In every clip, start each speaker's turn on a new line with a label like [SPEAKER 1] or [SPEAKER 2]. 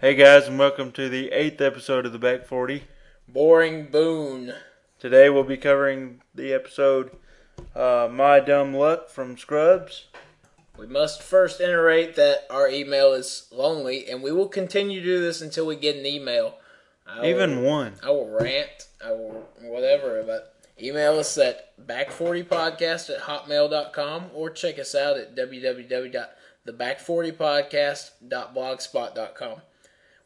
[SPEAKER 1] Hey guys, and welcome to the eighth episode of the Back 40.
[SPEAKER 2] Boring Boone.
[SPEAKER 1] Today we'll be covering the episode uh, My Dumb Luck from Scrubs.
[SPEAKER 2] We must first iterate that our email is lonely, and we will continue to do this until we get an email. I will-
[SPEAKER 1] Even one.
[SPEAKER 2] I will rant. I will whatever. But email us at back40podcast at hotmail.com or check us out at www.theback40podcast.blogspot.com.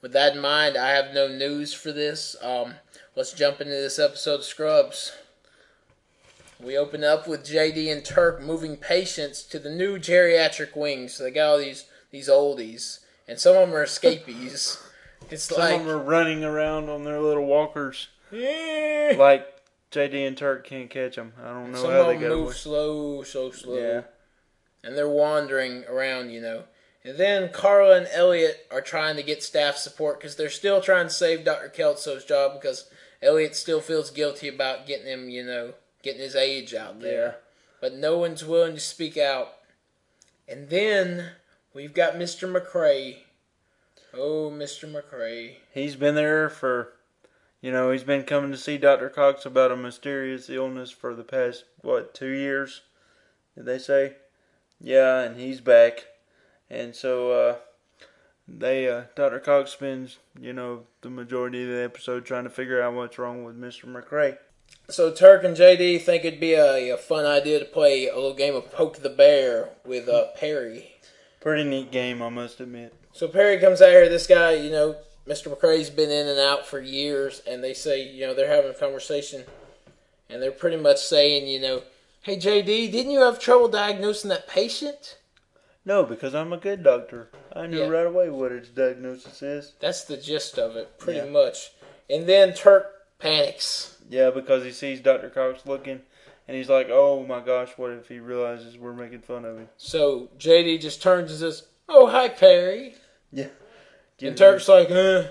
[SPEAKER 2] With that in mind, I have no news for this. Um, let's jump into this episode of Scrubs. We open up with JD and Turk moving patients to the new geriatric wing. So they got all these these oldies, and some of them are escapees. It's
[SPEAKER 1] Some
[SPEAKER 2] like
[SPEAKER 1] of them are running around on their little walkers.
[SPEAKER 2] yeah.
[SPEAKER 1] Like JD and Turk can't catch them. I don't know
[SPEAKER 2] Some
[SPEAKER 1] how they
[SPEAKER 2] of them
[SPEAKER 1] got
[SPEAKER 2] move
[SPEAKER 1] away.
[SPEAKER 2] slow, so slow.
[SPEAKER 1] Yeah.
[SPEAKER 2] And they're wandering around, you know. And then Carla and Elliot are trying to get staff support because they're still trying to save Dr. Kelso's job because Elliot still feels guilty about getting him, you know, getting his age out there.
[SPEAKER 1] Yeah.
[SPEAKER 2] But no one's willing to speak out. And then we've got Mr. McCrae. Oh, Mr. McCrae.
[SPEAKER 1] He's been there for, you know, he's been coming to see Dr. Cox about a mysterious illness for the past, what, two years? Did they say? Yeah, and he's back. And so, uh, they, uh, Dr. Cox spends, you know, the majority of the episode trying to figure out what's wrong with Mr. McRae.
[SPEAKER 2] So Turk and JD think it'd be a, a fun idea to play a little game of poke the bear with uh, Perry.
[SPEAKER 1] Pretty neat game, I must admit.
[SPEAKER 2] So Perry comes out here. This guy, you know, Mr. McCrae's been in and out for years, and they say, you know, they're having a conversation, and they're pretty much saying, you know, hey JD, didn't you have trouble diagnosing that patient?
[SPEAKER 1] No, because I'm a good doctor. I knew
[SPEAKER 2] Yeah.
[SPEAKER 1] right away what its diagnosis is.
[SPEAKER 2] That's the gist of it, pretty
[SPEAKER 1] Yeah.
[SPEAKER 2] much. And then Turk panics.
[SPEAKER 1] Yeah, because he sees Dr. Cox looking, and he's like, oh my gosh, what if he realizes we're making fun of him?
[SPEAKER 2] So JD just turns and says, "Oh hi Perry," and
[SPEAKER 1] Get
[SPEAKER 2] Turk's like, "Uh."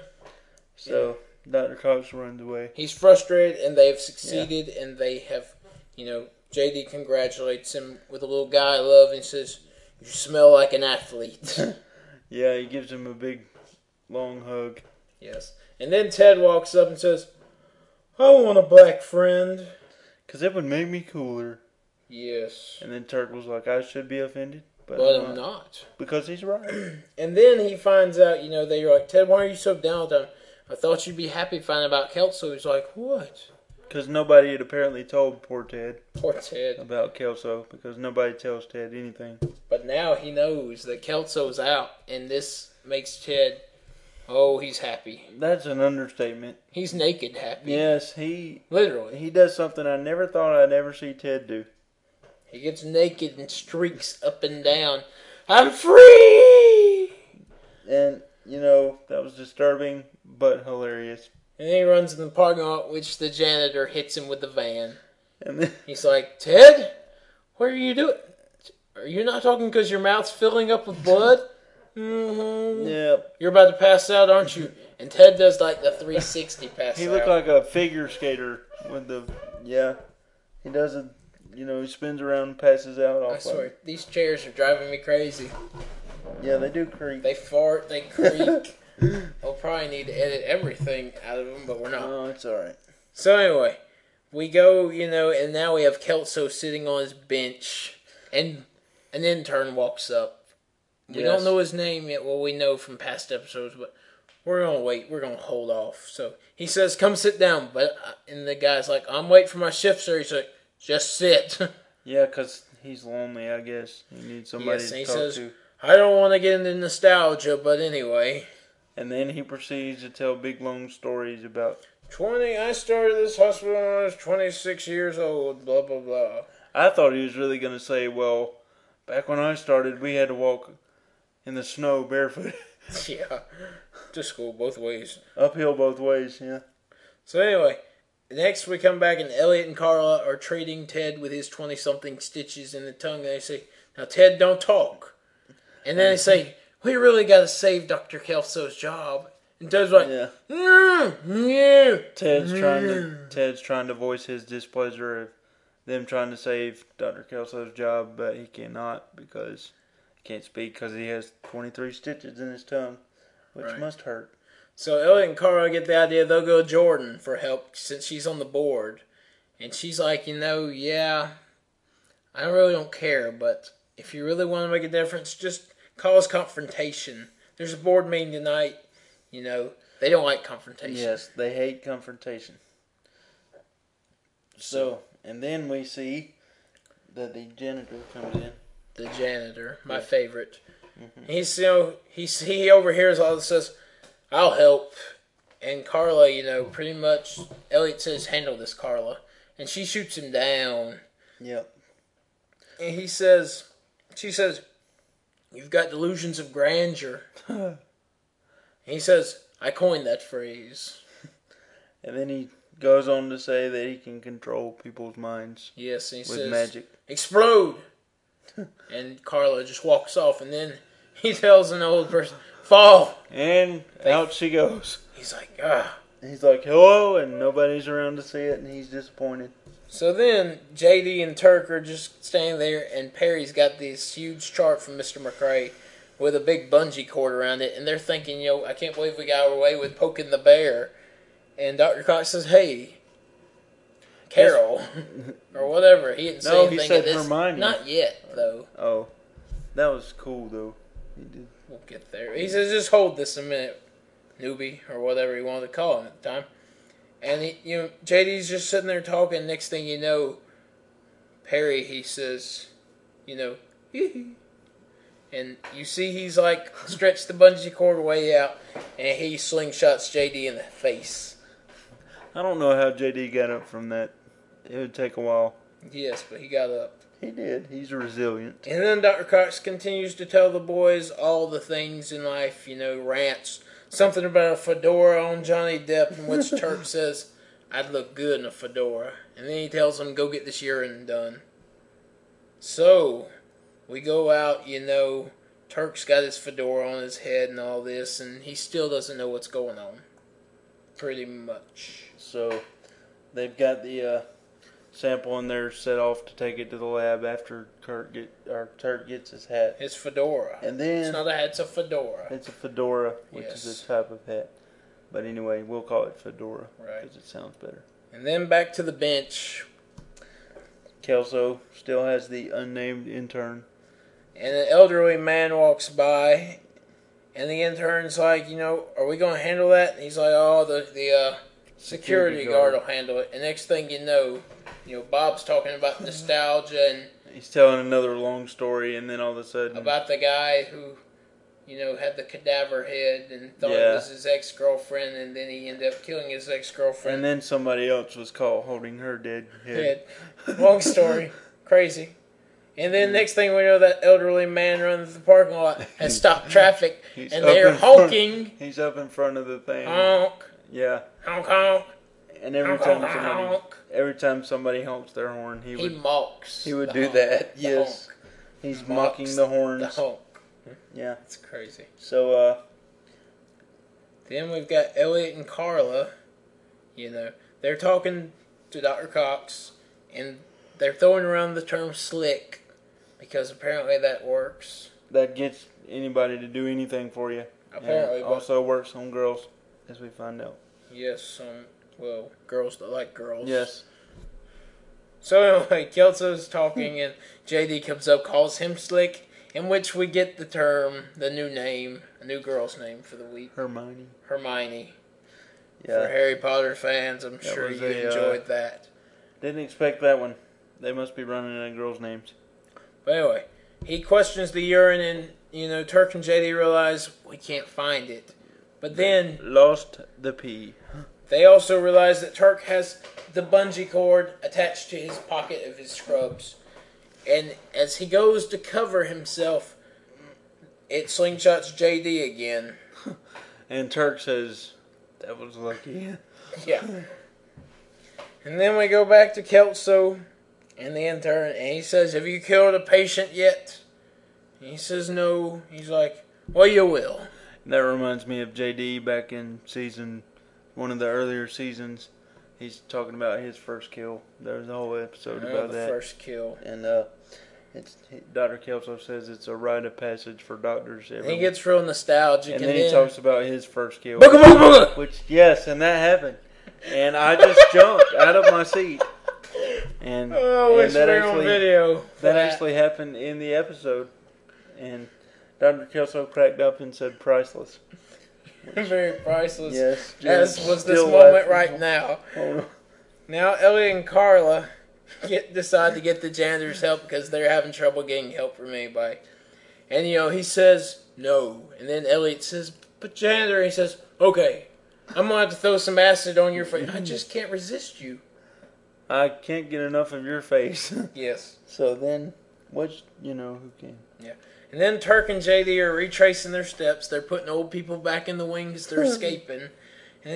[SPEAKER 1] So Dr. Cox runs away.
[SPEAKER 2] He's frustrated, and they've succeeded, and they have, you know, JD congratulates him with a little guy love and says, You smell like an athlete.
[SPEAKER 1] Yeah, he gives him a big, long hug.
[SPEAKER 2] yes. And then Ted walks up and says, I want a black friend.
[SPEAKER 1] Because it would make me cooler.
[SPEAKER 2] Yes.
[SPEAKER 1] And then Turk was like, I should be offended. But,
[SPEAKER 2] But
[SPEAKER 1] I'm
[SPEAKER 2] I'm
[SPEAKER 1] not.
[SPEAKER 2] not.
[SPEAKER 1] Because he's right.
[SPEAKER 2] And then he finds out, you know, they were like, Ted, why are you so down with him? I thought you'd be happy finding about Kelso. He's like, What?
[SPEAKER 1] Because nobody had apparently told poor Ted
[SPEAKER 2] Poor Ted.
[SPEAKER 1] about Kelso. Because nobody tells Ted anything.
[SPEAKER 2] But now he knows that Kelso's out, and this makes Ted, oh, he's happy.
[SPEAKER 1] That's an understatement.
[SPEAKER 2] He's naked happy.
[SPEAKER 1] Yes, he
[SPEAKER 2] Literally.
[SPEAKER 1] he does something I never thought I'd ever see Ted do.
[SPEAKER 2] He gets naked and streaks up and down. I'm free!
[SPEAKER 1] And, you know, that was disturbing but hilarious.
[SPEAKER 2] And then he runs in the parking lot, which the janitor hits him with the van.
[SPEAKER 1] And then,
[SPEAKER 2] He's like, Ted, what are you doing? Are you not talking because your mouth's filling up with blood? Mm-hmm.
[SPEAKER 1] yeah,
[SPEAKER 2] You're about to pass out, aren't you? And Ted does like the 360 pass
[SPEAKER 1] He
[SPEAKER 2] out.
[SPEAKER 1] looked like a figure skater with the yeah. He does a you know he spins around, and passes out off.
[SPEAKER 2] I
[SPEAKER 1] of
[SPEAKER 2] swear,
[SPEAKER 1] it.
[SPEAKER 2] these chairs are driving me crazy.
[SPEAKER 1] Yeah, they do creep.
[SPEAKER 2] They fart, they creak. I'll probably need to edit everything out of them, but we're not.
[SPEAKER 1] oh, it's all right.
[SPEAKER 2] So anyway, we go, you know, and now we have Kelso sitting on his bench, and an intern walks up.
[SPEAKER 1] Yes.
[SPEAKER 2] We don't know his name yet. Well, we know from past episodes, but we're gonna wait. We're gonna hold off. So he says, "Come sit down," but I- and the guy's like, "I'm waiting for my shift, sir." He's like, "Just sit."
[SPEAKER 1] Yeah, 'cause he's lonely. I guess he needs somebody
[SPEAKER 2] yes, and
[SPEAKER 1] to
[SPEAKER 2] he
[SPEAKER 1] talk
[SPEAKER 2] says,
[SPEAKER 1] to.
[SPEAKER 2] "I don't want to get into nostalgia, but anyway."
[SPEAKER 1] And then he proceeds to tell big long stories about.
[SPEAKER 2] 20. I started this hospital when I was 26 years old. Blah blah blah.
[SPEAKER 1] I thought he was really gonna say, well, back when I started, we had to walk in the snow barefoot
[SPEAKER 2] Yeah, just go both ways.
[SPEAKER 1] uphill both ways. Yeah.
[SPEAKER 2] So anyway, next we come back and Elliot and Carla are treating Ted with his twenty-something stitches in the tongue. They say, "Now Ted, don't talk." And then they say, "We really got to save Dr. Kelso's job." And Ted's like,
[SPEAKER 1] Yeah.
[SPEAKER 2] "Mm, yeah." Mm.
[SPEAKER 1] Ted's trying to Ted's trying to voice his displeasure of them trying to save Dr. Kelso's job, but he cannot because he can't speak because he has 23 stitches in his tongue, which
[SPEAKER 2] Right.
[SPEAKER 1] must hurt.
[SPEAKER 2] So Elliot and Carl get the idea they'll go to Jordan for help since she's on the board. And she's like, you know, yeah, I really don't care, but if you really want to make a difference, just cause confrontation. There's a board meeting tonight. You know, they don't like confrontation.
[SPEAKER 1] Yes, they hate confrontation. So, and then we see that the janitor comes in.
[SPEAKER 2] The janitor, my favorite. He's you know he's he overhears all this says, "I'll help," and Carla, you know, pretty much Elliot says, "Handle this, Carla," and she shoots him down.
[SPEAKER 1] Yep.
[SPEAKER 2] And he says, she says, "You've got delusions of grandeur." And he says, "I coined that phrase."
[SPEAKER 1] And then he goes on to say that he can control people's minds
[SPEAKER 2] Yes, and he
[SPEAKER 1] with
[SPEAKER 2] says,
[SPEAKER 1] magic.
[SPEAKER 2] explode. and Carla just walks off, and then he tells an old person, fall.
[SPEAKER 1] And out she goes.
[SPEAKER 2] He's like, ah.
[SPEAKER 1] He's like, hello, and nobody's around to see it, and he's disappointed.
[SPEAKER 2] So then JD and Turk are just standing there, and Perry's got this huge chart from Mr. McRae with a big bungee cord around it, and they're thinking, yo, I can't believe we got away with poking the bear. And Dr. Cox says, hey, Carol, or whatever. He didn't say
[SPEAKER 1] No, he
[SPEAKER 2] anything.
[SPEAKER 1] said
[SPEAKER 2] of this.
[SPEAKER 1] Hermione.
[SPEAKER 2] Not yet, though.
[SPEAKER 1] Oh, that was cool, though. He did.
[SPEAKER 2] We'll get there. He says, just hold this a minute, newbie, or whatever you wanted to call him at the time. And he, you know, JD's just sitting there talking. Next thing you know, Perry, he says, you know, and you see he's like stretched the bungee cord way out, and he slingshots JD in the face.
[SPEAKER 1] I don't know how JD got up from that. It would take a while.
[SPEAKER 2] Yes, but he got up.
[SPEAKER 1] He did. He's resilient.
[SPEAKER 2] And then Dr. Cox continues to tell the boys all the things in life, you know, rants. Something about a fedora on Johnny Depp, in which Turk says, I'd look good in a fedora. And then he tells them, go get this urine done. So, we go out, you know, Turk's got his fedora on his head and all this, and he still doesn't know what's going on. Pretty much.
[SPEAKER 1] So they've got the uh, sample in there set off to take it to the lab after Kurt get or Turk gets his hat.
[SPEAKER 2] His fedora.
[SPEAKER 1] And then
[SPEAKER 2] It's not a hat, it's a fedora.
[SPEAKER 1] It's a fedora, which is
[SPEAKER 2] Yes.
[SPEAKER 1] a type of hat. But anyway, we'll call it fedora
[SPEAKER 2] Right.
[SPEAKER 1] because it sounds better.
[SPEAKER 2] And then back to the bench,
[SPEAKER 1] Kelso still has the unnamed intern.
[SPEAKER 2] and an elderly man walks by, and the intern's like, you know, are we gonna handle that? And he's like, oh, the the uh, security,
[SPEAKER 1] Security guard.
[SPEAKER 2] guard. will handle it. And next thing you know, you know, Bob's talking about nostalgia and
[SPEAKER 1] He's telling another long story, and then all of a sudden,
[SPEAKER 2] about the guy who, you know, had the cadaver head and thought
[SPEAKER 1] Yeah.
[SPEAKER 2] it was his ex girlfriend, and then he ended up killing his ex
[SPEAKER 1] and
[SPEAKER 2] girlfriend.
[SPEAKER 1] then somebody else was caught holding her dead head.
[SPEAKER 2] Long story, crazy. And then next thing we know, that elderly man runs through the parking lot and stopped traffic,
[SPEAKER 1] He's
[SPEAKER 2] and
[SPEAKER 1] up
[SPEAKER 2] they're
[SPEAKER 1] in front-
[SPEAKER 2] honking. Uh,
[SPEAKER 1] He's up in front of the thing.
[SPEAKER 2] Honk.
[SPEAKER 1] yeah,
[SPEAKER 2] Honk honk.
[SPEAKER 1] and every
[SPEAKER 2] honk,
[SPEAKER 1] time
[SPEAKER 2] honk,
[SPEAKER 1] somebody
[SPEAKER 2] honk.
[SPEAKER 1] every time somebody honks their horn, he
[SPEAKER 2] He
[SPEAKER 1] would
[SPEAKER 2] mocks.
[SPEAKER 1] he would
[SPEAKER 2] the
[SPEAKER 1] do
[SPEAKER 2] honk,
[SPEAKER 1] that.
[SPEAKER 2] the
[SPEAKER 1] Yes,
[SPEAKER 2] honk,
[SPEAKER 1] he's
[SPEAKER 2] mocks
[SPEAKER 1] mocking the
[SPEAKER 2] The
[SPEAKER 1] horns.
[SPEAKER 2] honk.
[SPEAKER 1] yeah.
[SPEAKER 2] It's crazy.
[SPEAKER 1] So uh,
[SPEAKER 2] Then we've got Elliot and Carla. You know, they're talking to Dr. Cox, and they're throwing around the term slick because apparently that works.
[SPEAKER 1] that gets anybody to do anything for you. And
[SPEAKER 2] Apparently,
[SPEAKER 1] it
[SPEAKER 2] but
[SPEAKER 1] also works on girls, as we find out.
[SPEAKER 2] yes, um, well, girls that like girls.
[SPEAKER 1] Yes.
[SPEAKER 2] So anyway, Kelso's talking, and JD comes up, calls him slick, in which we get the term, the new name, a new girl's name for the week,
[SPEAKER 1] Hermione.
[SPEAKER 2] Hermione. For
[SPEAKER 1] Yeah.
[SPEAKER 2] Harry Potter fans, I'm
[SPEAKER 1] That
[SPEAKER 2] sure
[SPEAKER 1] was
[SPEAKER 2] you
[SPEAKER 1] a, uh,
[SPEAKER 2] enjoyed that.
[SPEAKER 1] Didn't expect that one. They must be running out of girls' names.
[SPEAKER 2] But anyway, he questions the urine, and you know Turk and JD realize we can't find it. But then
[SPEAKER 1] Lost the P.
[SPEAKER 2] they also realize that Turk has the bungee cord attached to his pocket of his scrubs, and as he goes to cover himself, it slingshots JD again.
[SPEAKER 1] And Turk says, that was lucky.
[SPEAKER 2] Yeah. And then we go back to Kelso and the intern, and he says, Have you killed a patient yet? And he says, No. He's like, Well, you will.
[SPEAKER 1] that reminds me of JD back in season, one of the earlier seasons. He's talking about his first kill. There was a whole episode
[SPEAKER 2] Oh,
[SPEAKER 1] about
[SPEAKER 2] the
[SPEAKER 1] that.
[SPEAKER 2] first kill.
[SPEAKER 1] And uh, It's Dr. Kelso says it's a rite of passage for doctors. Everywhere.
[SPEAKER 2] He gets real nostalgic,
[SPEAKER 1] and then he talks about his first kill,
[SPEAKER 2] Booga booga booga!
[SPEAKER 1] which yes, and that happened, and I just jumped out of my seat, and,
[SPEAKER 2] Oh,
[SPEAKER 1] and
[SPEAKER 2] it's
[SPEAKER 1] that
[SPEAKER 2] real
[SPEAKER 1] actually
[SPEAKER 2] video. for
[SPEAKER 1] that actually happened in the episode, and Dr. Kelso cracked up and said priceless.
[SPEAKER 2] very priceless.
[SPEAKER 1] Yes,
[SPEAKER 2] as
[SPEAKER 1] Jim's
[SPEAKER 2] was this
[SPEAKER 1] still
[SPEAKER 2] moment
[SPEAKER 1] laughing.
[SPEAKER 2] right now.
[SPEAKER 1] Hold on.
[SPEAKER 2] Now Ellie and Carla get decide to get the janitor's help because they're having trouble getting help from anybody. And you know, he says no. And then Elliot says, But janitor, he says, Okay, I'm gonna have to throw some acid on your face. I just can't resist you.
[SPEAKER 1] I can't get enough of your face.
[SPEAKER 2] Yes.
[SPEAKER 1] so then, which you know who can?
[SPEAKER 2] And then Turk and JD are retracing their steps. They're putting old people back in the wings. They're escaping. And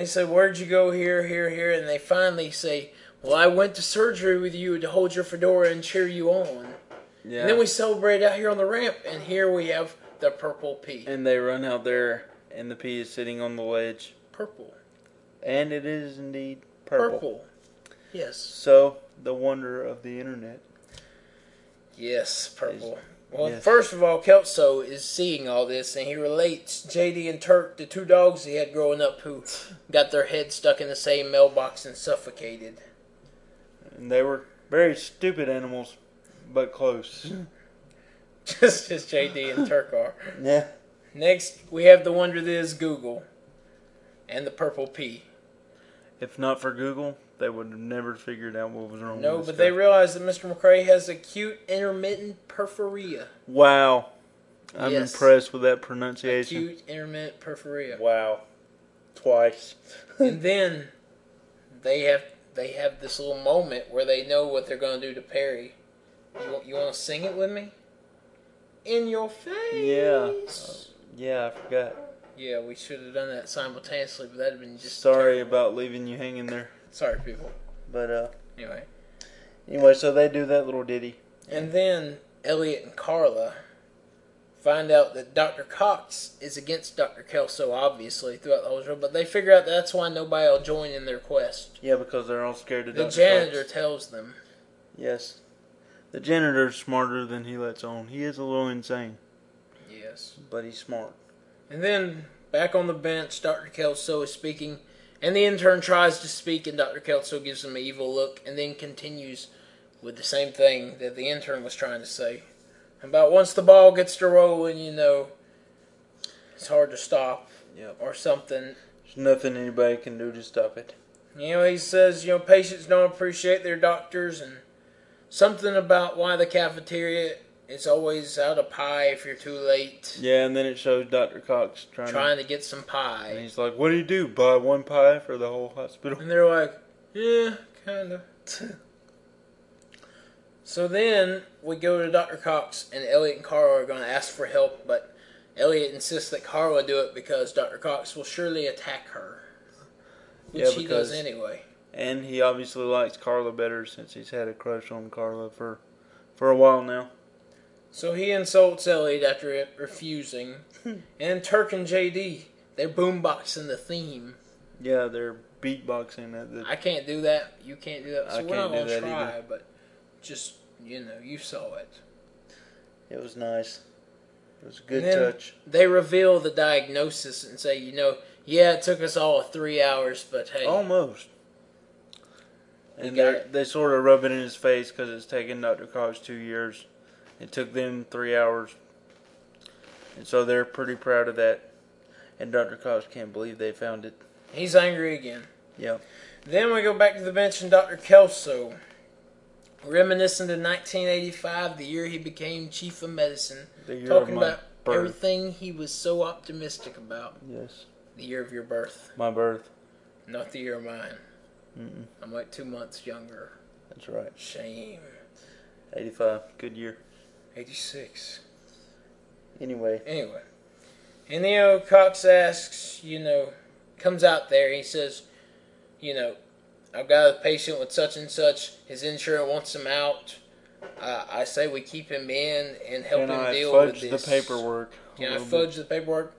[SPEAKER 2] they say, Where'd you go? Here, here, here. And they finally say, Well, I went to surgery with you to hold your fedora and cheer you on.
[SPEAKER 1] Yeah.
[SPEAKER 2] And then we celebrate out here on the ramp, and here we have the purple pea.
[SPEAKER 1] and they run out there, and the pea is sitting on the ledge,
[SPEAKER 2] Purple.
[SPEAKER 1] and it is indeed
[SPEAKER 2] Purple.
[SPEAKER 1] purple.
[SPEAKER 2] Yes.
[SPEAKER 1] So the wonder of the internet.
[SPEAKER 2] Yes, purple. Well,
[SPEAKER 1] yes.
[SPEAKER 2] first of all, Kelso is seeing all this, and he relates JD and Turk, the two dogs he had growing up who got their heads stuck in the same mailbox and suffocated.
[SPEAKER 1] And they were very stupid animals, but close.
[SPEAKER 2] Just as JD and Turk are.
[SPEAKER 1] yeah.
[SPEAKER 2] Next, we have the wonder that is Google and the purple pea.
[SPEAKER 1] If not for Google, they would have never figured out what was wrong.
[SPEAKER 2] No,
[SPEAKER 1] with this
[SPEAKER 2] but they
[SPEAKER 1] guy.
[SPEAKER 2] realize that Mr. McRae has acute intermittent perforia.
[SPEAKER 1] wow, I'm
[SPEAKER 2] Yes.
[SPEAKER 1] impressed with that pronunciation.
[SPEAKER 2] Acute intermittent perforia.
[SPEAKER 1] Wow, twice.
[SPEAKER 2] and then they have they have this little moment where they know what they're gonna do to Perry. You want, you want to sing it with me? In your face.
[SPEAKER 1] Yeah, I forgot.
[SPEAKER 2] Yeah. Yeah, we should have done that simultaneously, but that'd have been just
[SPEAKER 1] Sorry
[SPEAKER 2] terrible.
[SPEAKER 1] about leaving you hanging there,
[SPEAKER 2] Sorry, people.
[SPEAKER 1] but uh,
[SPEAKER 2] Anyway,
[SPEAKER 1] anyway, so they do that little ditty.
[SPEAKER 2] and then Elliot and Carla find out that Dr. Cox is against Dr. Kelso, obviously, throughout the whole show. But they figure out that's why nobody will join in their quest.
[SPEAKER 1] Yeah, because they're all scared to
[SPEAKER 2] The
[SPEAKER 1] Dr. Cox.
[SPEAKER 2] janitor tells them.
[SPEAKER 1] Yes, the janitor's smarter than he lets on. He is a little insane,
[SPEAKER 2] Yes.
[SPEAKER 1] but he's smart.
[SPEAKER 2] And then back on the bench, Dr. Kelso is speaking, and the intern tries to speak, and Dr. Kelso gives him an evil look, and then continues with the same thing that the intern was trying to say. About once the ball gets to rolling, you know, it's hard to stop
[SPEAKER 1] Yep.
[SPEAKER 2] or something.
[SPEAKER 1] There's nothing anybody can do to stop it.
[SPEAKER 2] You know, he says, you know, patients don't appreciate their doctors, and something about why the cafeteria is always out of pie if you're too late,
[SPEAKER 1] Yeah, and then it shows Dr. Cox trying,
[SPEAKER 2] trying to get some pie.
[SPEAKER 1] to. And he's like, What do you do? Buy one pie for the whole hospital?
[SPEAKER 2] And they're like, yeah, kind of. so then we go to Dr. Cox, and Elliot and Carla are going to ask for help, but Elliot insists that Carla do it because Dr. Cox will surely attack her. Which
[SPEAKER 1] Yeah,
[SPEAKER 2] he does
[SPEAKER 1] because-
[SPEAKER 2] anyway.
[SPEAKER 1] And he obviously likes Carla better since he's had a crush on Carla for, for a while now.
[SPEAKER 2] So he insults Elliot after it refusing. and Turk and JD, they're boomboxing the theme.
[SPEAKER 1] Yeah, they're beatboxing at the.
[SPEAKER 2] I can't do that. You can't do that. So
[SPEAKER 1] I
[SPEAKER 2] we're
[SPEAKER 1] can't
[SPEAKER 2] not
[SPEAKER 1] do
[SPEAKER 2] going to
[SPEAKER 1] that
[SPEAKER 2] try, but just, you know, you saw it.
[SPEAKER 1] It was nice. It was a good
[SPEAKER 2] And then-
[SPEAKER 1] touch.
[SPEAKER 2] they reveal the diagnosis and say, you know, yeah, it took us all three hours, but hey,
[SPEAKER 1] Almost. And
[SPEAKER 2] got
[SPEAKER 1] they,
[SPEAKER 2] it.
[SPEAKER 1] they sort of rub it in his face because it's taken Dr. Cox two years. It took them three hours. And so they're pretty proud of that. And Dr. Cox can't believe they found it.
[SPEAKER 2] he's angry again.
[SPEAKER 1] Yeah.
[SPEAKER 2] Then we go back to the bench and Dr. Kelso, reminiscing to 1985, the year he became chief of medicine,
[SPEAKER 1] The year
[SPEAKER 2] talking
[SPEAKER 1] of my
[SPEAKER 2] about
[SPEAKER 1] birth.
[SPEAKER 2] everything he was so optimistic about.
[SPEAKER 1] Yes.
[SPEAKER 2] The year of your birth,
[SPEAKER 1] My birth.
[SPEAKER 2] not the year of mine.
[SPEAKER 1] Mm-mm.
[SPEAKER 2] I'm like two months younger.
[SPEAKER 1] That's right.
[SPEAKER 2] Shame.
[SPEAKER 1] 85. Good year.
[SPEAKER 2] 86.
[SPEAKER 1] Anyway.
[SPEAKER 2] Anyway, and you know, Cox asks, you know, comes out there. He says, you know, I've got a patient with such and such. His insurance wants him out. Uh, I say we keep him in and help
[SPEAKER 1] Can
[SPEAKER 2] him
[SPEAKER 1] I
[SPEAKER 2] deal
[SPEAKER 1] fudge
[SPEAKER 2] with
[SPEAKER 1] the
[SPEAKER 2] this.
[SPEAKER 1] paperwork? a
[SPEAKER 2] Can I
[SPEAKER 1] little bit?
[SPEAKER 2] fudge the paperwork?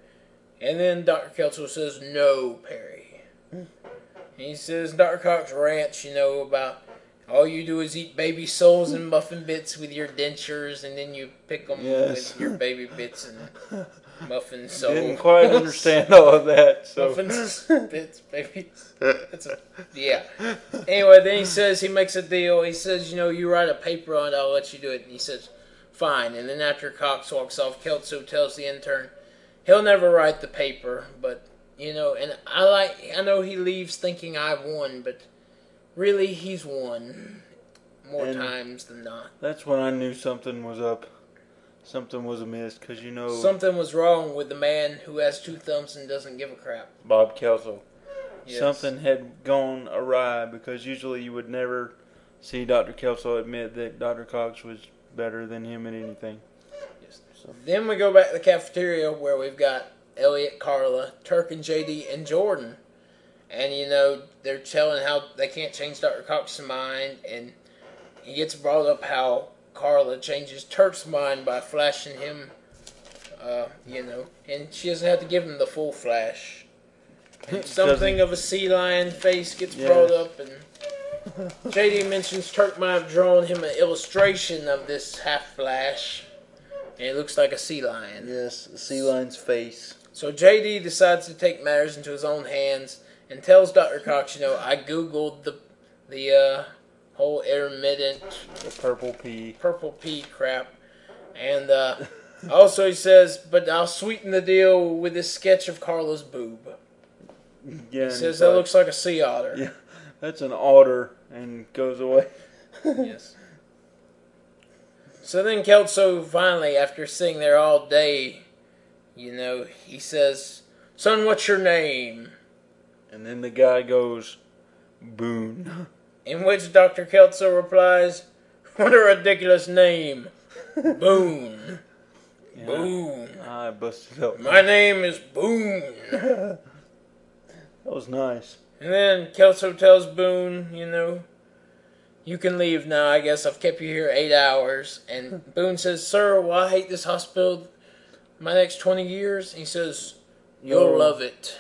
[SPEAKER 2] And then Dr. Kelso says, no, Perry. He says, Dr. Cox rants, you know, about All you do is eat baby soles and muffin bits with your dentures, and then you pick them
[SPEAKER 1] Yes.
[SPEAKER 2] with your baby bits and muffin soles.
[SPEAKER 1] Didn't quite understand all of that. So
[SPEAKER 2] Muffin bits, baby. That's a, yeah. Anyway, then he says he makes a deal. He says, you know, you write a paper on it, I'll let you do it. And he says, fine. And then after Cox walks off, Kelso tells the intern he'll never write the paper, but you know, and I like I know he leaves thinking I've won, but really he's won more
[SPEAKER 1] And-
[SPEAKER 2] times than not.
[SPEAKER 1] that's when I knew something was up. Something was amiss because you know
[SPEAKER 2] Something was wrong with the man who has two thumbs and doesn't give a crap.
[SPEAKER 1] Bob Kelso.
[SPEAKER 2] Yes.
[SPEAKER 1] Something had gone awry because usually you would never see Dr. Kelso admit that Dr. Cox was better than him at anything.
[SPEAKER 2] Yes.
[SPEAKER 1] So-
[SPEAKER 2] Then we go back to the cafeteria where we've got Elliot, Carla, Turk, and JD, and Jordan. And you know they're telling how they can't change Dr. Cox's mind, and he gets brought up how Carla changes Turk's mind by flashing him. Uh, you know, and she doesn't have to give him the full flash. And something of a sea lion face gets
[SPEAKER 1] Yes.
[SPEAKER 2] brought up, and JD mentions Turk might have drawn him an illustration of this half flash. And it looks like a sea lion.
[SPEAKER 1] Yes, sea lion's face.
[SPEAKER 2] So JD decides to take matters into his own hands and tells Dr. Cox, you know, I googled the the uh, whole intermittent
[SPEAKER 1] The purple pea.
[SPEAKER 2] purple pea crap. And uh, also he says, but I'll sweeten the deal with this sketch of Carla's boob.
[SPEAKER 1] Yeah, and
[SPEAKER 2] He
[SPEAKER 1] he's
[SPEAKER 2] says that
[SPEAKER 1] like,
[SPEAKER 2] looks like a sea otter.
[SPEAKER 1] Yeah, that's an otter and goes away.
[SPEAKER 2] yes. So then Kelso finally, after sitting there all day, you know, he says, Son, what's your name?
[SPEAKER 1] And then the guy goes, Boone.
[SPEAKER 2] In which Dr. Kelso replies, What a ridiculous name. Boone.
[SPEAKER 1] Yeah,
[SPEAKER 2] Boone.
[SPEAKER 1] I busted up.
[SPEAKER 2] My name is Boone.
[SPEAKER 1] That was nice.
[SPEAKER 2] And then Kelso tells Boone, you know, you can leave now. I guess I've kept you here eight hours. And Boone says, Sir, will I hate this hospital my next 20 years? And he says, You'll
[SPEAKER 1] You'll-
[SPEAKER 2] love it.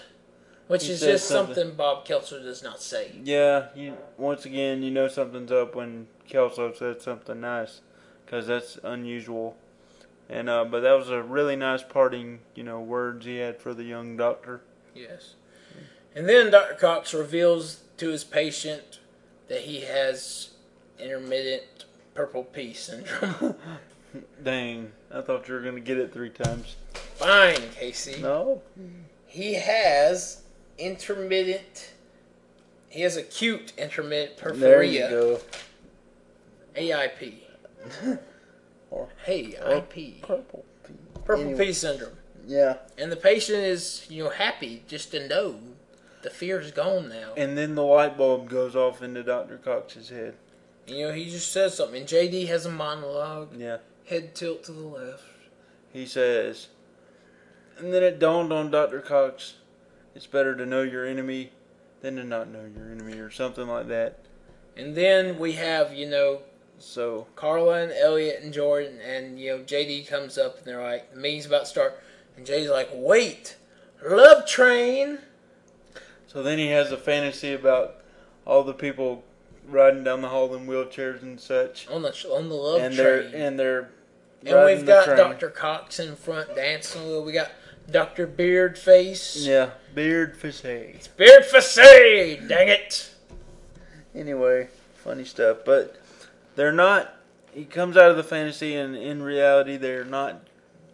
[SPEAKER 2] Which
[SPEAKER 1] He
[SPEAKER 2] is
[SPEAKER 1] says
[SPEAKER 2] just something.
[SPEAKER 1] something.
[SPEAKER 2] Bob Kelso does not say.
[SPEAKER 1] Yeah, you once again, you know something's up when Kelso said something nice, 'cause that's unusual. And uh, but that was a really nice parting, you know, words he had for the young doctor.
[SPEAKER 2] Yes. And then Dr. Cox reveals to his patient that he has intermittent purple pea syndrome.
[SPEAKER 1] Dang, I thought you were gonna get it three times.
[SPEAKER 2] Fine, Casey.
[SPEAKER 1] No,
[SPEAKER 2] He has intermittent. He has acute intermittent
[SPEAKER 1] there you
[SPEAKER 2] porphyria,
[SPEAKER 1] go.
[SPEAKER 2] AIP.
[SPEAKER 1] Or-
[SPEAKER 2] hey, IP.
[SPEAKER 1] Purple. pea.
[SPEAKER 2] Purple
[SPEAKER 1] anyway.
[SPEAKER 2] pea syndrome.
[SPEAKER 1] Yeah.
[SPEAKER 2] And the patient is, you know, happy just to know the fear is gone now.
[SPEAKER 1] And then the light bulb goes off into Doctor Cox's head.
[SPEAKER 2] you know, he just says something. And JD has a monologue,
[SPEAKER 1] Yeah.
[SPEAKER 2] head tilt to the left.
[SPEAKER 1] He says, and then it dawned on Dr. Cox, it's better to know your enemy than to not know your enemy, or something like that.
[SPEAKER 2] And then we have, you know,
[SPEAKER 1] So,
[SPEAKER 2] Carla and Elliot and Jordan and you know JD comes up and they're like the meeting's about to start and JD's like wait love train
[SPEAKER 1] so then he has a fantasy about all the people riding down the hall in wheelchairs and such,
[SPEAKER 2] on the on the love
[SPEAKER 1] and they're
[SPEAKER 2] train and,
[SPEAKER 1] and they're riding
[SPEAKER 2] we've
[SPEAKER 1] the
[SPEAKER 2] got
[SPEAKER 1] train.
[SPEAKER 2] Dr. Cox in front dancing a little we got Dr. Beardface
[SPEAKER 1] Yeah, beard facade.
[SPEAKER 2] Beardface dang it
[SPEAKER 1] Anyway, funny stuff, but they're not. He comes out of the fantasy, and in reality, they're not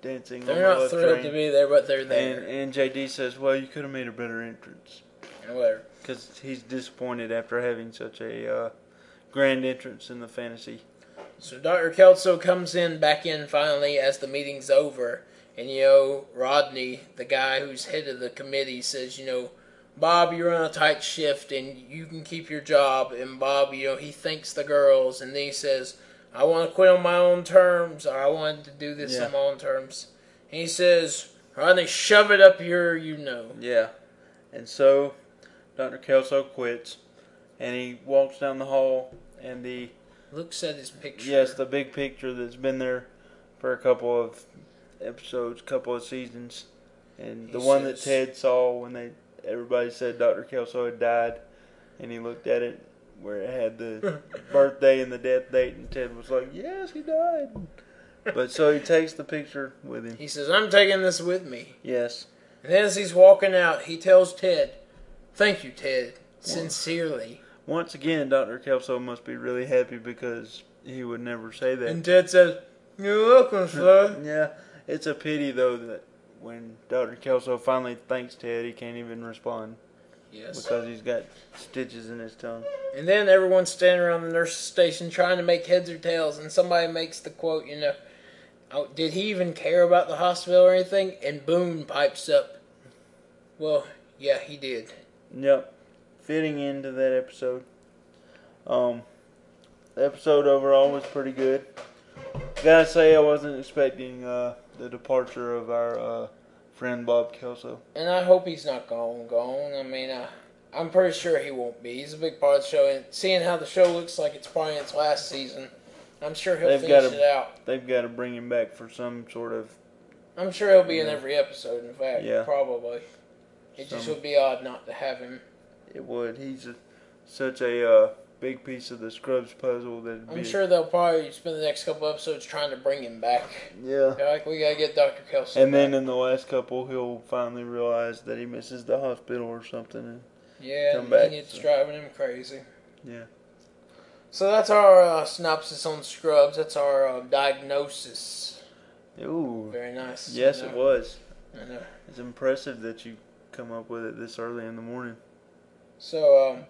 [SPEAKER 1] dancing. on
[SPEAKER 2] they're
[SPEAKER 1] the
[SPEAKER 2] not
[SPEAKER 1] love
[SPEAKER 2] thrilled
[SPEAKER 1] train.
[SPEAKER 2] to be there but they're
[SPEAKER 1] And,
[SPEAKER 2] there
[SPEAKER 1] and JD says, "Well, you could have made a better entrance,"
[SPEAKER 2] and whatever
[SPEAKER 1] because he's disappointed after having such a uh, grand entrance in the fantasy.
[SPEAKER 2] So Dr. Kelso comes in back in finally as the meeting's over, and you know Rodney, the guy who's head of the committee, says, you know, Bob, you're on a tight shift and you can keep your job. And Bob, you know, he thanks the girls, and then he says, I want to quit on my own terms, or I wanted to do this
[SPEAKER 1] Yeah.
[SPEAKER 2] on my own terms. And he says, Rodney, shove it up your, you know.
[SPEAKER 1] Yeah, and so Dr. Kelso quits, and he walks down the hall, and the
[SPEAKER 2] Looks at his picture.
[SPEAKER 1] yes, the big picture that's been there for a couple of episodes, couple of seasons, and
[SPEAKER 2] He
[SPEAKER 1] the one that
[SPEAKER 2] says-
[SPEAKER 1] Ted saw when they everybody said Dr. Kelso had died, and he looked at it where it had the birthday and the death date, and Ted was like, "Yes, he died." But so he takes the picture with him.
[SPEAKER 2] He says, I'm taking this with me.
[SPEAKER 1] Yes,
[SPEAKER 2] And as he's walking out, he tells Ted, Thank you, Ted. Sincerely.
[SPEAKER 1] Once again, Dr. Kelso must be really happy because he would never say that.
[SPEAKER 2] And Ted says, You're welcome, sir.
[SPEAKER 1] yeah, it's a pity though that when Dr. Kelso finally thanks Ted, he can't even respond
[SPEAKER 2] Yes.
[SPEAKER 1] because he's got stitches in his tongue.
[SPEAKER 2] And then everyone's standing around the nurse's station trying to make heads or tails, and somebody makes the quote, you know, oh, did he even care about the hospital or anything? And Boone pipes up, well, yeah, he did.
[SPEAKER 1] Yep, fitting into that episode. Um, the episode overall was pretty good. Gotta say, I wasn't expecting uh, the departure of our uh, friend Bob Kelso.
[SPEAKER 2] And I hope he's not gone, gone. I mean, uh, I'm pretty sure he won't be. He's a big part of the show, and seeing how the show looks like it's probably its last season, I'm sure he'll
[SPEAKER 1] They've
[SPEAKER 2] finish
[SPEAKER 1] got him.
[SPEAKER 2] it out.
[SPEAKER 1] They've got to bring him back for some sort of
[SPEAKER 2] I'm sure he'll be in every episode, in fact,
[SPEAKER 1] Yeah.
[SPEAKER 2] probably. It just
[SPEAKER 1] Some-
[SPEAKER 2] would be odd not to have him.
[SPEAKER 1] It would. He's a, such a uh, big piece of the Scrubs puzzle that.
[SPEAKER 2] I'm sure they'll probably spend the next couple episodes trying to bring him back.
[SPEAKER 1] Yeah.
[SPEAKER 2] They're like, we gotta get Dr. Kelso.
[SPEAKER 1] And then
[SPEAKER 2] back."
[SPEAKER 1] in the last couple, he'll finally realize that he misses the hospital or something. And
[SPEAKER 2] yeah,
[SPEAKER 1] come
[SPEAKER 2] and
[SPEAKER 1] back,
[SPEAKER 2] then it's
[SPEAKER 1] so.
[SPEAKER 2] driving him crazy.
[SPEAKER 1] yeah.
[SPEAKER 2] So that's our uh, synopsis on Scrubs. That's our uh, diagnosis.
[SPEAKER 1] Ooh.
[SPEAKER 2] Very nice.
[SPEAKER 1] Yes,
[SPEAKER 2] I
[SPEAKER 1] it
[SPEAKER 2] know.
[SPEAKER 1] was.
[SPEAKER 2] I know.
[SPEAKER 1] It's impressive that you come up with it this early in the morning.
[SPEAKER 2] So um,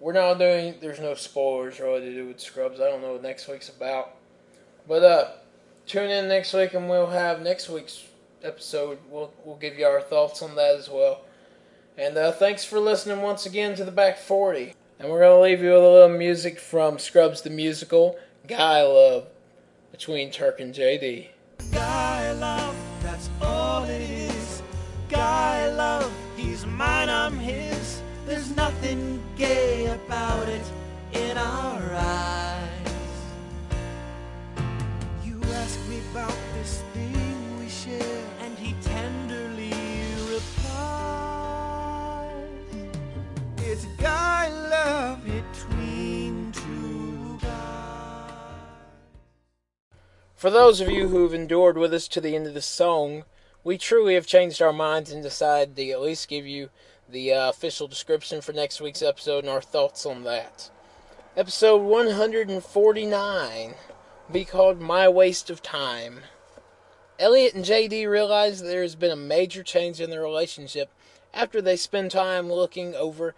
[SPEAKER 2] we're not doing. There's no spoilers really to do with Scrubs. I don't know what next week's about, but uh, tune in next week and we'll have next week's episode. We'll we'll give you our thoughts on that as well. And uh, thanks for listening once again to the Back Forty. And we're gonna leave you with a little music from Scrubs the musical, "Guy Love," between Turk and JD.
[SPEAKER 3] Guy love, that's all it is. Guy love, he's mine, I'm his. There's nothing gay about it in our eyes. You ask me about this thing we share, and he tenderly replies. It's guy love between two guys.
[SPEAKER 2] For those of you who've endured with us to the end of the song, we truly have changed our minds and decided to at least give you the uh, official description for next week's episode and our thoughts on that. Episode 149 will be called My Waste of Time. Elliot and JD realize there has been a major change in their relationship after they spend time looking over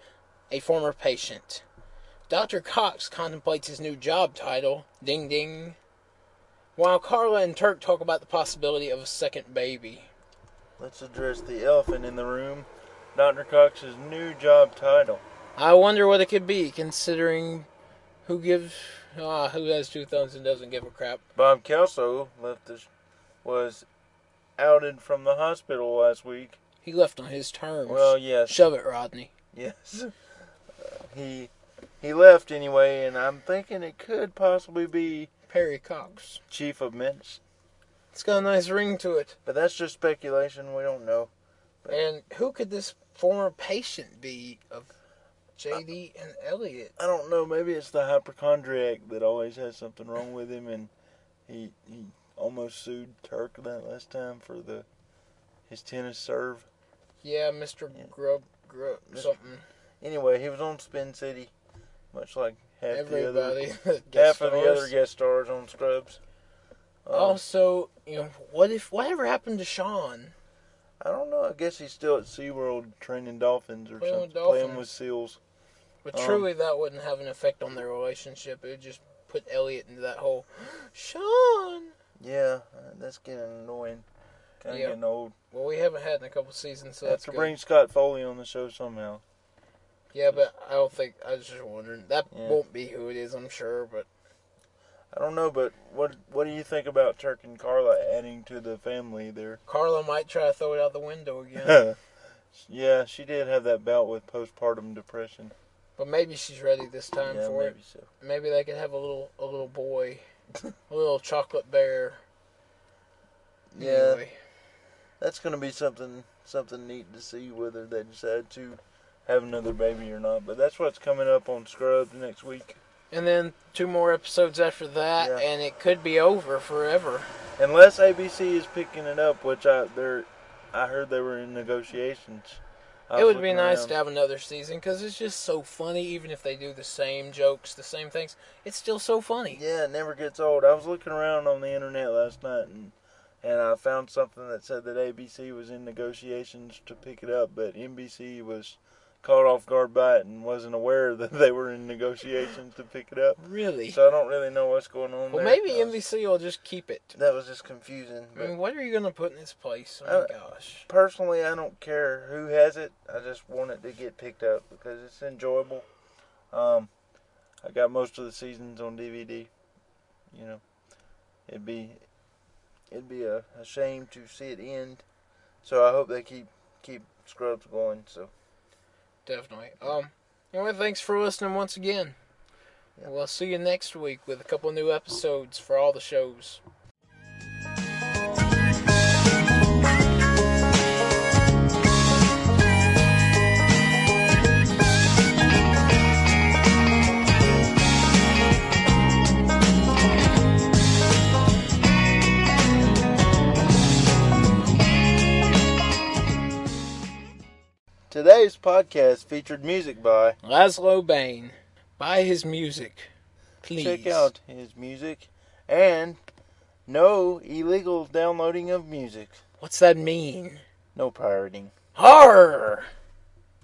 [SPEAKER 2] a former patient. Dr. Cox contemplates his new job title, Ding Ding, while Carla and Turk talk about the possibility of a second baby.
[SPEAKER 1] Let's address the elephant in the room. Dr. Cox's new job title.
[SPEAKER 2] I wonder what it could be, considering who gives ah who has two thumbs and doesn't give a crap.
[SPEAKER 1] Bob Kelso left this, was outed from the hospital last week.
[SPEAKER 2] He left on his terms.
[SPEAKER 1] Well, yes.
[SPEAKER 2] shove it, Rodney.
[SPEAKER 1] Yes. Uh, he he left anyway, and I'm thinking it could possibly be
[SPEAKER 2] Perry Cox.
[SPEAKER 1] Chief of Menace.
[SPEAKER 2] It's got a nice ring to it.
[SPEAKER 1] But that's just speculation. We don't know.
[SPEAKER 2] And who could this former patient be of JD and Elliot?
[SPEAKER 1] I don't know. Maybe it's the hypochondriac that always has something wrong with him, and he he almost sued Turk that last time for the his tennis serve.
[SPEAKER 2] Yeah, Mr. Grub Grub something.
[SPEAKER 1] Anyway, he was on Spin City, much like half the other
[SPEAKER 2] Everybody. that
[SPEAKER 1] half
[SPEAKER 2] guest
[SPEAKER 1] of the
[SPEAKER 2] stars.
[SPEAKER 1] other guest stars on Scrubs. Um,
[SPEAKER 2] Also, you know, what if whatever happened to Sean?
[SPEAKER 1] I don't know. I guess he's still at SeaWorld training dolphins or
[SPEAKER 2] Playing with
[SPEAKER 1] something, playing
[SPEAKER 2] dolphins.
[SPEAKER 1] with seals.
[SPEAKER 2] But
[SPEAKER 1] Um,
[SPEAKER 2] truly, that wouldn't have an effect on their relationship. It would just put Elliot into that whole Sean.
[SPEAKER 1] Yeah, uh, that's getting annoying. Kind of
[SPEAKER 2] Yeah.
[SPEAKER 1] getting old.
[SPEAKER 2] Well, we haven't had in a couple seasons, so
[SPEAKER 1] Have
[SPEAKER 2] that's
[SPEAKER 1] to
[SPEAKER 2] good.
[SPEAKER 1] bring Scott Foley on the show somehow.
[SPEAKER 2] yeah, but I don't think I was just wondering. That
[SPEAKER 1] Yeah.
[SPEAKER 2] won't be who it is, I'm sure. But
[SPEAKER 1] I don't know, but what what do you think about Turk and Carla adding to the family there?
[SPEAKER 2] Carla might try to throw it out the window again.
[SPEAKER 1] Yeah, she did have that bout with postpartum depression.
[SPEAKER 2] but maybe she's ready this time
[SPEAKER 1] yeah,
[SPEAKER 2] for
[SPEAKER 1] maybe
[SPEAKER 2] it.
[SPEAKER 1] so.
[SPEAKER 2] Maybe they could have a little a little boy, a little chocolate bear.
[SPEAKER 1] Yeah,
[SPEAKER 2] Anyway,
[SPEAKER 1] that's gonna be something something neat to see whether they decide to have another baby or not. But that's what's coming up on Scrubs next week.
[SPEAKER 2] And then two more episodes after that,
[SPEAKER 1] Yeah.
[SPEAKER 2] and it could be over forever.
[SPEAKER 1] Unless ABC is picking it up, which I they I heard they were in negotiations. I
[SPEAKER 2] it
[SPEAKER 1] was
[SPEAKER 2] would be
[SPEAKER 1] looking
[SPEAKER 2] nice
[SPEAKER 1] around.
[SPEAKER 2] to have another season because it's just so funny. Even if they do the same jokes, the same things, it's still so funny.
[SPEAKER 1] Yeah, it never gets old. I was looking around on the internet last night and and I found something that said that ABC was in negotiations to pick it up, but NBC was caught off guard by it and wasn't aware that they were in negotiations to pick it up.
[SPEAKER 2] Really?
[SPEAKER 1] So I don't really know what's going on there.
[SPEAKER 2] well, maybe
[SPEAKER 1] That was-
[SPEAKER 2] NBC will just keep it.
[SPEAKER 1] That was just confusing.
[SPEAKER 2] I
[SPEAKER 1] But Uh,
[SPEAKER 2] mean, what are you going to put in its place? Oh my gosh.
[SPEAKER 1] personally, I don't care who has it. I just want it to get picked up because it's enjoyable. Um, I got most of the seasons on DVD. You know, it'd be it'd be a, a shame to see it end. So I hope they keep keep Scrubs going. So
[SPEAKER 2] Definitely. Um. Anyway, thanks for listening once again.
[SPEAKER 1] Yeah.
[SPEAKER 2] We'll see you next week with a couple new episodes for all the shows.
[SPEAKER 1] today's podcast featured music by.
[SPEAKER 2] Laszlo Bain. Buy his music, please.
[SPEAKER 1] Check out his music and no illegal downloading of music.
[SPEAKER 2] What's that mean?
[SPEAKER 1] No pirating.
[SPEAKER 2] Horror.